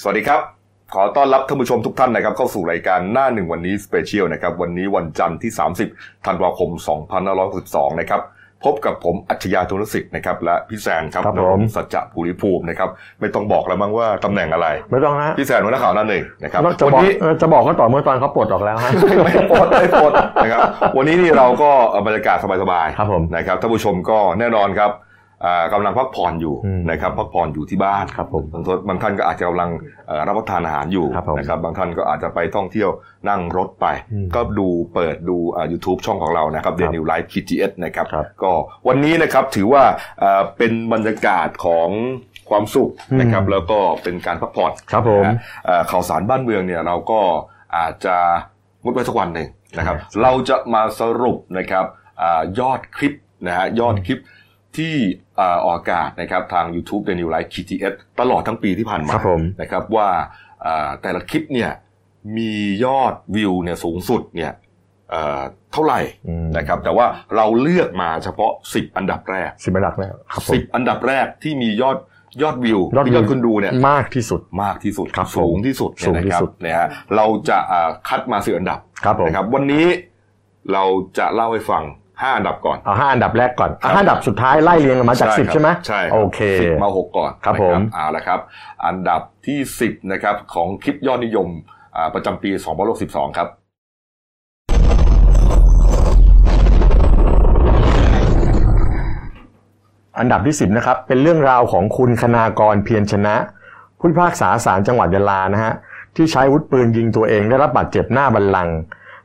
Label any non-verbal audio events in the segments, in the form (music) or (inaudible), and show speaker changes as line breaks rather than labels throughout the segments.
สวัสดีครับ ขอต้อนรับท่านผู้ชมทุกท่านนะครับ เข้าสู่รายการหน้าหนึ่งวันนี้สเปเชียลนะครับ วันนี้วันจันทร์ที่ 30ธันวาคม 2562นะครับ พบกับผมอัจฉริยะธนสิทธิ์นะครับ และพี่แซนครับ
ครับผม
นงสัจจะภูริภูมินะครับ ไม่ต้องบอกแล้วมั้งว่าตำแหน่งอะไร
ไม่ต้องฮะ
พี่แซนหัวหน้าข่าวหนั่นเองนะครับ
นอกจาก
วั
บอก
นี้
เออจะบอกก็ต่อเมื่อตอนเขาปลดออกแล้วฮะ
ไม่ปลดไม่ปลดนะครับ วันนี้นี่เราก็เอาบรรยากาศสบายๆ
ครับผม
นะครับท่านผู้ชมก็แน่นอนครับอ่ากำลังพักผ่อนอยู่
อืม
นะครับพักผ่อนอยู่ที่บ้าน
ครับผม
บางคนบางท่านก็อาจจะกำลังเอ่อรับประทานอาหารอยู่
ครับผม
นะครับบางท่านก็อาจจะไปท่องเที่ยวนั่งรถไป
อืม
ก็ดูเปิดดูยูทูบช่องของเรานะครับเด
ครับ
นิวไลฟ์พีจีเอสนะครับ
ครับ
ก็วันนี้นะครับถือว่าเอ่อเป็นบรรยากาศของความสุขนะครับ
อืม
แล้วก็เป็นการพักผ่อน
ครับผม
นะฮะเอ่อข่าวสารบ้านเมืองเนี่ยเราก็อาจจะงดไว้สักวันหนึ่งนะครับเราจะมาสรุปนะครับอายอดคลิปนะฮะยอดคลิป ที่เอ่อออกอากาศนะครับทาง YouTube The New Life KTS ตลอดทั้งปีที่ผ่านมา
ครับผม
นะครับว่าเอ่อแต่ละคลิปเนี่ยมียอดวิวเนี่ยสูงสุดเนี่ยเอ่อเท่าไหร่
อืม
นะครับแต่ว่าเราเลือกมาเฉพาะ 10 อันดับแรก
สิบอันดับแล้วครับผม
10 อันดับแรกที่มียอดยอดวิวย
อดวิว
ที่ยอดคนดูเนี่ย
มากที่สุด
มากที่สุด
ครับผม
สูงที่สุดเนี่ย
สูงที่
นะครับ
สุด
เนี่ยฮะเราจะเอ่อคัดมาสิอันดับ
ครับผม
นะครับวันนี้เราจะเล่าให้ฟัง 5 อันดับก่อน
เอาห้าอันดับแรกก่อน
ครับ
ห้าอันดับสุดท้ายไล่เรียงกันมาจากสิบ
ครับ
ใช่ไหม
ใช่รับ
โอเค
สิบมาหกก่อน
ครับผม
นะเอาละครับ อันดับที่สิบนะครับของคลิปยอดนิยมอ่าประจำปี2 0 1 2ครับ
อันดับที่สิบนะครับเป็นเรื่องราวของคุณคณากรเพียรชนะ ผู้พิพากษาศาลจังหวัดยะลานะฮะที่ใช้อาวุธปืนยิงตัวเองได้รับบาดเจ็บหน้าบัลลังก์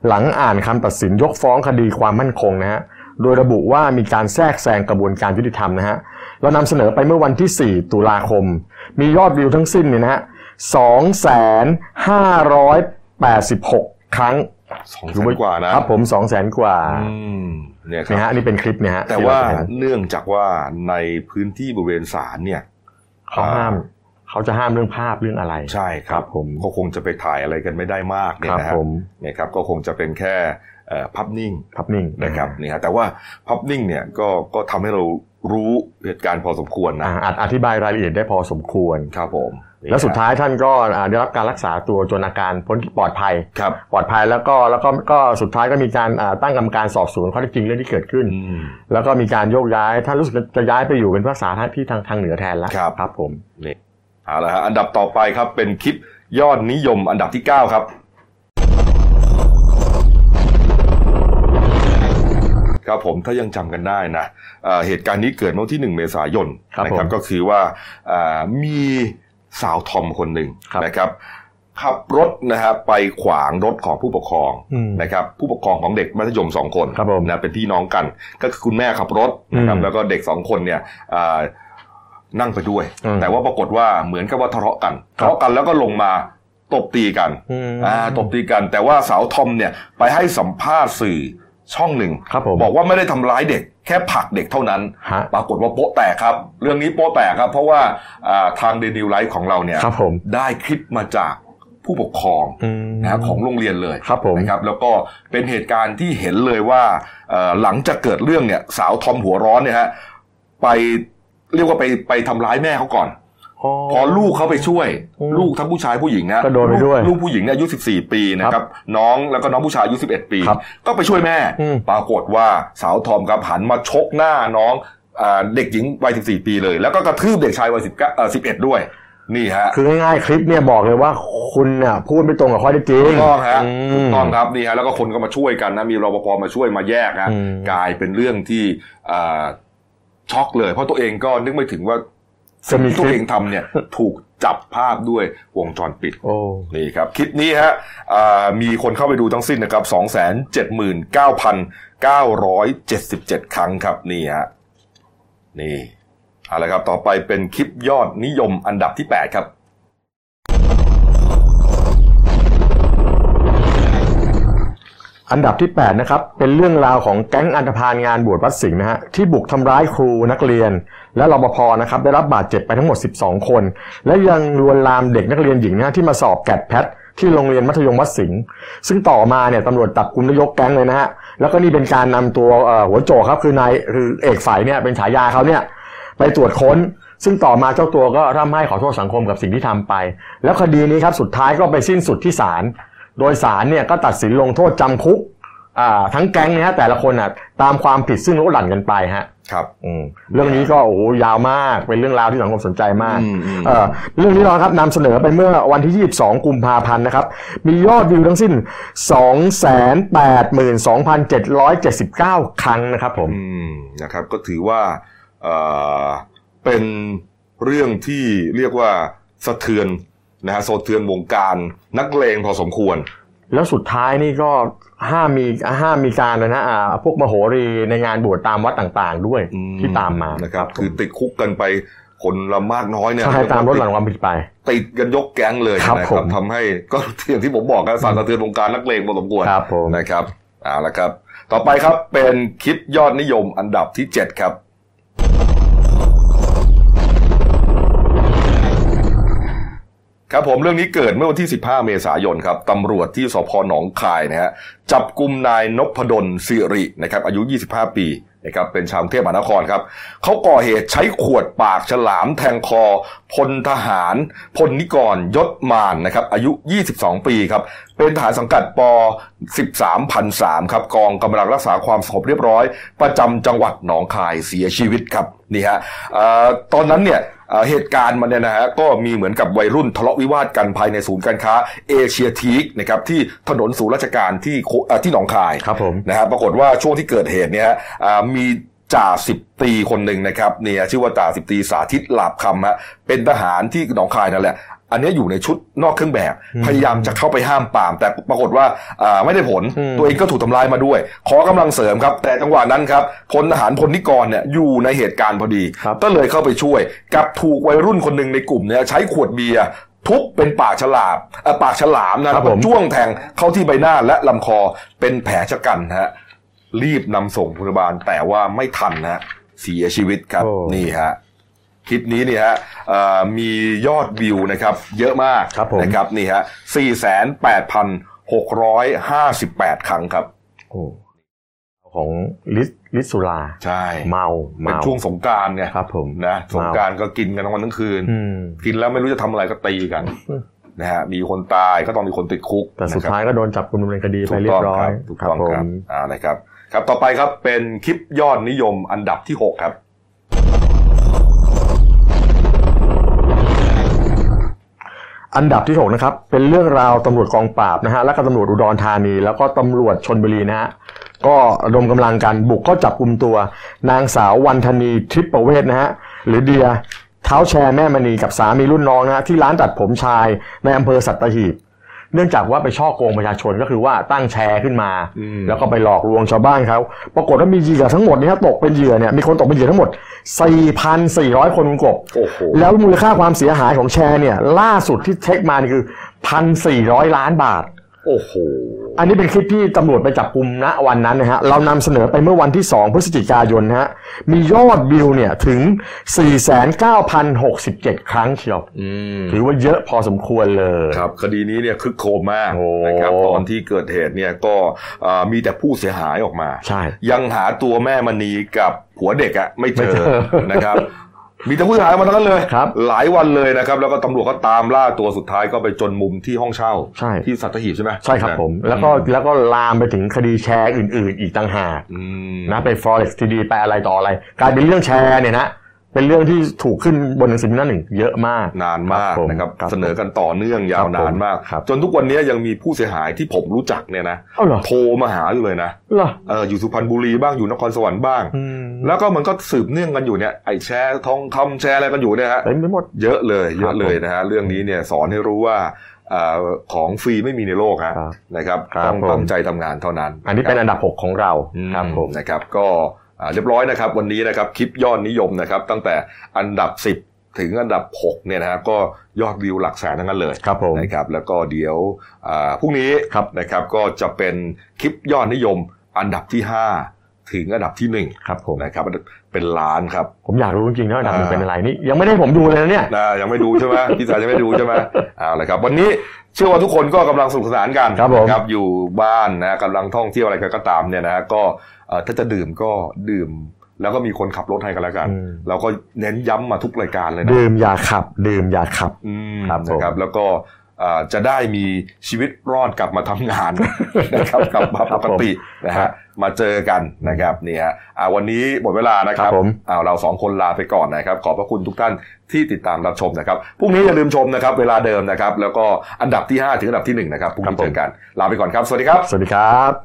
หลังอ่านคำตัดสินยกฟ้องคดีความมั่นคงนะฮะโดยระบุว่ามีการแทรกแซงกระบวนการยุติธรรมนะฮะเรานำเสนอไปเมื่อวันที่ 4 ตุลาคม มียอดวิวทั้งสิ้นเนี่ยนะฮะ2,586 ครั้ง
สองแสนกว่านะ
ครับผม200,000 กว่า
อืมเนี่ยค
นะ
รับ
ฮะนี่เป็นคลิปเนี่ยฮะ
แต่
ที่เร
ว่า
เห็น
เนื่องจากว่าในพื้นที่บริเวณศาลเนี่ย
เขาห้าม เขาจะห้ามเรื่องภาพเรื่องอะไร
ใช่ค
ค
รั
รั
บบ
ผม
ก็คงจะไปถ่ายอะไรกันไม่ได้มากเนี่
ค
ย
รับ
นะฮะ
ผม
เนี่ยครับก็คงจะเป็นแค่เอ่อภาพับนิ่ง
ภาพนิ่ง
นะครับเนี่ยฮะแต่ว่าพับนิ่งเนี่ยก็ก็ทำให้เรารู้เหตุการณ์พอสมควร
อ่า
นะ
อาจอธิบายรายละเอียดได้พอสมควร
ครับผม
แล้วสุดท้ายท่านก็อ่าได้รับการรักษาตัวจนอาการพ้นปลอดภัย
ครับ
ปลอดภัยแล้วก็แล้วก็ก็สุดท้ายก็มีการอ่าตั้งกรรมการสอบสวนข้อเท็จจริงเรื่องที่เกิดขึ้น
อืม
แล้วก็มีการโยกย้ายท่านรู้สึกจะย้ายไปอยู่เป็นภาษาท่านที่ทางทางเหนือแทนแล้ว
ครับ
ครับผม
นี่เอาละฮะอันดับต่อไปครับเป็นคลิปยอดนิยมอันดับที่ 9 ครับ ครับผมถ้ายังจำกันได้นะเอ่อเหตุการณ์นี้เกิดเมื่อวันที่ 1 เมษายน
ครับ
นะครับ
ผม
ก็คือว่าเอ่อมีสาวทอมคนหนึ่ง
ครับ
นะครับขับรถนะฮะไปขวางรถของผู้ปกครอง
อืม
นะครับผู้ปกครองของเด็กมัธยมสองคน
ครับผม
นะเป็นพี่น้องกัน ก็คือคุณแม่ขับรถนะครับ
อืม
แล้วก็เด็กสองคนเนี่ยเอ่อนั่งไปด้วย
อืม
แต่ว่า ปรากฏว่าเหมือนกับว่าทะเลาะกัน
ค
ทะ
รับ
เลาะกันแล้วก็ลงมาตบตีกันอ่าตบตีกัน แต่ว่าสาวทอมเนี่ยไปให้สัมภาษณ์สื่อช่องหนึ่ง
ครับผม
บอกว่าไม่ได้ทำร้ายเด็ก แค่ผลักเด็กเท่านั้น
ฮะ
ปรากฏว่าโป๊ะแตกครับ เรื่องนี้โป๊ะแตกครับ เพราะว่าอ่าทางเดนิวไลฟ์ของเราเนี่ย
ครับผม
ได้คลิปมาจากผู้ปกครอง
อืม
นะของโรงเรียนเลย
ครับผม
นะครับแล้วก็เป็นเหตุการณ์ที่เห็นเลยว่าเอ่อหลังจากเกิดเรื่องเนี่ยสาวทอมหัวร้อนเนี่ยฮะไปเรียกว่าไปไปทำร้ายแม่เขาก่อน
อ๋อ
พอลูกเขาไปช่วย
อืม
ลูกทั้งผู้ชายผู้หญิงนะ
ก็โดนไป
ลู
ด้วย
ลูกผู้หญิงเนี่ยอายุ 14 ปีนะครับน้องแล้วก็น้องผู้ชายอายุ 11 ปี
ครับ
ก็ไปช่วยแม่
อืม
ปรากฏว่าสาวทอมครับหันมาชกหน้าน้องอ่าเด็กหญิงวัย 14 ปีเลย แล้วก็กระทืบเด็กชายวัย19เอ่อ11 ด้วย นี่ฮะ
คือง่ายๆคลิปเนี่ยบอกเลยว่าคุณน่ะพูดไม่ตรงกับข้อเท็จจริ
ถู
ง
กต้องฮะ
อืม
ถูกต้องครับนี่ฮะแล้วก็คนก็มาช่วยกันนะมีรปภมาช่วยมาแยกฮะ
อืม
กลายเป็นเรื่องที่อ่าช็อกเลย เพราะตัวเองก็นึกไม่ถึงว่า
จะมีค
ตัว
ลิ
เอ
ป
งทำเนี่ยถูกจับภาพด้วยวงจรปิด
โอ้
นี่ครับคลิปนี้ฮะอ่ามีคนเข้าไปดูทั้งสิ้นนะครับ 279,977 ครั้งครับนี่ฮะนี่เอาละครับต่อไปเป็นคลิปยอดนิยมอันดับที่ 8 ครับ
อันดับที่ 8 นะครับ เป็นเรื่องราวของแก๊งอันธพาลงานบวชวัดสิงห์นะฮะที่บุกทำร้ายครูนักเรียน และรปภนะครับได้รับบาดเจ็บไปทั้งหมด 12 คน และยังลวนลามเด็กนักเรียนหญิงนะฮะที่มาสอบแกดแพทที่โรงเรียนมัธยมวัดสิงห์ซึ่งต่อมาเนี่ยตำรวจจับกลุ่มและยกแก๊งเลยนะฮะแล้วก็นี่เป็นการนำตัวเอ่อหัวโจกครับคือนายคือเอกฝ่ายเนี่ยเป็นฉายาเขาเนี่ยไปตรวจค้น ซึ่งต่อมาเจ้าตัวก็ร่ำไห้ขอโทษสังคมกับสิ่งที่ทำไป แล้วคดีนี้ครับสุดท้ายก็ไปสิ้นสุดที่ศาลโดยศาลเนี่ยก็ตัดสินลงโทษจำคุกอ่าทั้งแก๊งเนะฮะแต่ละคนอ่ะตามความผิดซึ่งลดหลั่นกันไปฮะ
ครับ
อืมเรื่องนี้ก็โอ้โหยาวมากเป็นเรื่องราวที่สังคมสนใจมาก
อืมอืม
เอ่อเรื่องนี้เราครับนำเสนอไปเมื่อวันที่ 22 กุมภาพันธ์นะครับ มียอดวิวทั้งสิ้น 282,779 ครั้งนะครับผม
อืมนะครับก็ถือว่าเอ่อเป็นเรื่องที่เรียกว่าสะเทือนนะฮะสะเทือนวงการนักเลงพอสมควร
แล้วสุดท้ายนี่ก็ห้ามมีห้ามมีการนะฮะอ่าพวกมโหรีในงานบวชตามวัดต่างๆ ด้วย
อื
ที่ตามมา
นะครับ คือติดคุกกันไปคนละมากน้อยเนี่ย
ใช่ตามลดหลั่น
ติด
ความผิดไป
ติดกันยกแก๊งเลย
ครับ
นะ
ผม
ทำให้ก็ (laughs) อย่างที่ผมบอกกันสารสะเทือนวงการนักเลงพอสมควร
ครับผม
นะครับเอาละครับ ต่อไปครับเป็นคลิปยอดนิยมอันดับที่ 7 ครับ ครับผมเรื่องนี้เกิดเมื่อวันที่ 15 เมษายนครับตำรวจที่สพหนองคายนะฮะจับกลุ่มนายนพดลสิรินะครับอายุ 25 ปีนะครับเป็นชาวกรุงเทพมหานครครับเขาก่อเหตุใช้ขวดปากฉลามแทงคอพลทหารพลนิกรยศมานนะครับอายุ 22 ปีครับเป็นทหารสังกัดป 13 0 0ครับกองกำลังรักษาความสงบเรียบร้อย ประจำจังหวัดหนองคายเสียชีวิตครับนี่ฮะเอ่อตอนนั้นเนี่ย เอ่อเหตุการณ์มันเนี่ยนะฮะก็มีเหมือนกับวัยรุ่นทะเลาะวิวาทกันภายในศูนย์การค้าเอเชียทีกนะครับที่ถนนศูนย์ราชการที่โคเอ่อที่หนองคาย
ครับผม
นะฮะปรากฏว่าช่วงที่เกิดเหตุเนี่ยฮะอ่ามีจ่าสิบตรีคนหนึ่งนะครับเนี่ยชื่อว่าจ่าสิบตรีสาธิตหลาบคำฮะเป็นทหารที่หนองคายนั่นแหละ อันเนี้ยอยู่ในชุดนอกเครื่องแบบ พยายามจะเข้าไปห้ามปราม แต่ปรากฏว่าอ่าไม่ได้ผล
อืม
ตัวเองก็ถูกทำร้ายมาด้วย ขอกำลังเสริมครับ แต่จังหวะนั้นครับพลทหารพลนิกรเนี่ยอยู่ในเหตุการณ์พอดี
ครับ
ก็เลยเข้าไปช่วยกลับถูกวัยรุ่นคนหนึ่งในกลุ่มเนี่ยใช้ขวดเบียร์ทุบเป็นปากฉลามเอ่อปากฉลามนะครับ
ผม
จ้วงแทงเข้าที่ใบหน้าและลำคอเป็นแผลชะกันฮะรีบนำส่งพยาบาลแต่ว่าไม่ทันนะฮะเสียชีวิตครับ
โอ้
นี่ฮะคลิปนี้เนี่ยฮะเอ่อมียอดวิวนะครับ เยอะมาก
ครับผม
นะครับนี่ฮะ48,658 ครั้งครับ
โอ้ของลิศลิศสุรา
ใช่
เมา
เป็น
เมา
ช่วงสงกรารเนี่ย
ครับผม
นะสงกรารก็กินกันทั้งวันทั้งคืน
อืม
กินแล้วไม่รู้จะทำอะไรก็ตีกัน
อืม
นะฮะมีคนตายก็ต้องมีคนติดคุก
แต่สุด
นะครับ
ท้ายก็โดนจับกุมดำเนินคดีไป
ถูก
เรีย
ต้อง
บร้อ
ครั
ย
บถูกต้อง
ผ
ครั
ม
บอ่านะครับ ครับต่อไปครับเป็นคลิปยอดนิยมอันดับที่ 6 ครับ
อันดับที่6นะครับ เป็นเรื่องราวตำรวจกองปราบนะฮะ และก็ตำรวจอุดรธานี แล้วก็ตำรวจชนบุรีนะฮะ ก็ระดมกำลังกันบุกก็จับกลุ่มตัว นางสาววันธนีทริปประเวศนะฮะ หรือเดียเท้าแชร์แม่มณีกับสามีรุ่นน้องนะฮะที่ร้านตัดผมชายในอำเภอสัตหีบ เนื่องจากว่าไปช่อโกงประชาชนก็คือว่าตั้งแชร์ขึ้นมา
อืม
แล้วก็ไปหลอกลวงชาวบ้านเขาปรากฏว่ามีเหยื่อทั้งหมดเนี่ยฮะตกเป็นเหยื่อเนี่ยมีคนตกเป็นเหยื่อทั้งหมด 4,400 คนคุณกบ
โอ้โห
แล้วมูลค่าความเสียหายของแชร์เนี่ย ล่าสุดที่เช็คมานี่คือ 1,400 ล้านบาท
โอ้โห
อันนี้เป็นคลิปที่ตำรวจไปจับกลุ่มณวันนั้นนะฮะ เรานำเสนอไปเมื่อวันที่ 2 พฤศจิกายนนะฮะ มียอดวิวเนี่ยถึง 49,067 ครั้งเชียว
อืม
ถือว่าเยอะพอสมควรเลย
ครับ คดีนี้เนี่ยคึกโครมมาก
โอ้
นะครับตอนที่เกิดเหตุเนี่ยก็อ่ามีแต่ผู้เสียหายออกมา
ใช่
ยังหาตัวแม่มณีกับผัวเด็กอะไม่เจ
ไม่
อ
เจอ
นะครับ มีแต่ผู้เสียหายมาทั้งนั้นเลย
ครับ
หลายวันเลยนะครับ แล้วก็ตำรวจก็ตามล่าตัวสุดท้ายก็ไปจนมุมที่ห้องเช่า
ใช่
ที่สัตหีบใช่ไหม
ใช่ครับผม แล้วก็
อื
แล้วก็ลามไปถึงคดีแชร์อื่น ๆ อีกต่างหาก
อืม
นะไป forex ทีดีไปอะไรต่ออะไร กลายเป็นเรื่องแชร์เนี่ยนะ เป็นเรื่องที่ถูกขึ้นบนหนังสือพิมพ์หน้าหนึ่งเยอะมาก
นานมาก
ผ
นะครับ
ผม
เสนอกันต่อเนื่องยาวนา
ครั
น
บผม
มาก
ครับ
จนทุกวันนี้ยังมีผู้เสียหายที่ผมรู้จักเนี่ยนะ
เอ้าเหรอ
โทรมาหาอยู่เลยนะ
เหรอ
เอออยู่สุพรรณบุรีบ้างอยู่นครสวรรค์บ้าง
อืม
แล้วก็มันก็สืบเนื่องกันอยู่เนี่ยไอ้แชร์ทองคำแชร์อะไรกันอยู่เนี่ยฮะ
เต็มไปหมด
เยอะเลยเย
ครั
อะ
บ
เลยนะฮะเรื่องนี้เนี่ยสอนให้รู้ว่าอ่าของฟรีไม่มีในโลกฮะ
ครับ
นะครับ
ครับ
ต้อง
ผม
ตั้งใจทำงานเท่านั้น
อันนี้เป็นอันดับ 6 ของเราครับผม
นะครับก็อ่าเรียบร้อยนะครับวันนี้นะครับคลิปยอดนิยมนะครับตั้งแต่อันดับ 10 ถึงอันดับ6เนี่ยนะฮะก็ยอดวิวหลักแสนทั้งนั้นเลย
ครับผม
นะครับแล้วก็เดี๋ยวอ่าพรุ่งนี้
ครับ
นะครับก็จะเป็นคลิปยอดนิยมอันดับที่ 5 ถึงอันดับที่1
ครับผม
นะครับเป็นล้านครับ
ผมอยากรู้จริงๆนะว่าอันดับหนึ่ง
อ่า
เป็นอะไรนี่ ยังไม่ได้ผมดูเลยนะเนี่ย
นะยังไม่ดูใช่ไหมพี่สายยังไม่ดูใช่ไหมเอาละครับ วันนี้เชื่อว่าทุกคนก็กำลังสนุกสนานกัน
ครับผม
นะครับอยู่บ้านนะกำลังท่องเที่ยวอะไรกันก็ตามเนี่ยนะฮะก็เอ่อถ้าจะดื่มก็ดื่ม แล้วก็มีคนขับรถให้กันแล้วกัน
อืม
เราก็เน้นย้ำมาทุกรายการเลยนะ
ดื่มอย่าขับ ดื่มอย่าขับ
อืม
ครับผม
นะครับ แล้วก็อ่าจะได้มีชีวิตรอดกลับมาทำงาน (laughs) นะครับกลับมาปกตินะฮะมาเจอกันนะครับเนี่ยอ่าวันนี้หมดเวลานะค
ครั
รั
บบ ผม
เอาเราสองคนลาไปก่อนนะครับ ขอบพระคุณทุกท่านที่ติดตามรับชมนะครับพรุ่งนี้อย่าลืมชมนะครับ เวลาเดิมนะครับ แล้วก็อันดับที่ 5 ถึงอันดับที่ 1 นะครับพรุ่งนี้เจอกัน ลาไปก่อนครับ สวัสดีครับ
สวัสดีครับ